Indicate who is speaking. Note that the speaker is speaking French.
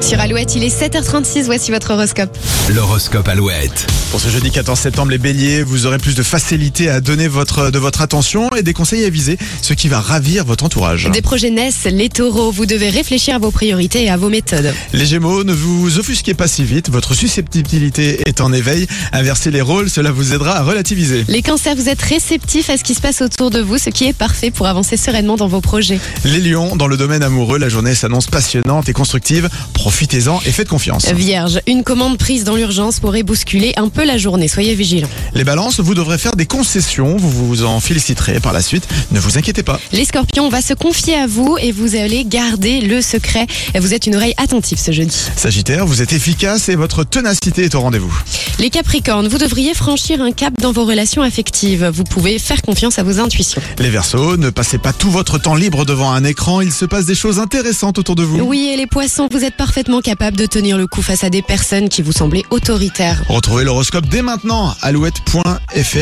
Speaker 1: sur Alouette. Il est 7h36, voici votre horoscope.
Speaker 2: L'horoscope Alouette.
Speaker 3: Pour ce jeudi 14 septembre, les béliers, vous aurez plus de facilité à donner votre, de votre attention et des conseils avisés, ce qui va ravir votre entourage.
Speaker 1: Des projets naissent, les taureaux, vous devez réfléchir à vos priorités et à vos méthodes.
Speaker 3: Les gémeaux, ne vous offusquez pas si vite, votre susceptibilité est en éveil. Inverser les rôles, cela vous aidera à relativiser.
Speaker 1: Les cancers, vous êtes réceptifs à ce qui se passe autour de vous, ce qui est parfait pour avancer sereinement dans vos projets.
Speaker 3: Les lions, dans le domaine amoureux, la journée s'annonce passionnante et constructive. Profitez-en et faites confiance.
Speaker 1: Vierge, une commande prise dans l'urgence pourrait bousculer un peu la journée, soyez vigilants.
Speaker 3: Les balances, vous devrez faire des concessions, vous vous en féliciterez par la suite. Ne vous inquiétez pas.
Speaker 1: Les scorpions, on va se confier à vous et vous allez garder le secret. Vous êtes une oreille attentive ce jeudi.
Speaker 3: Sagittaire, vous êtes efficace et votre ténacité est au rendez-vous.
Speaker 1: Les capricornes, vous devriez franchir un cap dans vos relations affectives. Vous pouvez faire confiance à vos intuitions.
Speaker 3: Les Verseaux, ne passez pas tout votre temps libre devant un écran, il se passe des choses intéressantes autour de vous.
Speaker 1: Oui, et les poissons, vous êtes parfaitement capable de tenir le coup face à des personnes qui vous semblaient autoritaires.
Speaker 3: Retrouvez l'horoscope dès maintenant, alouette.fr.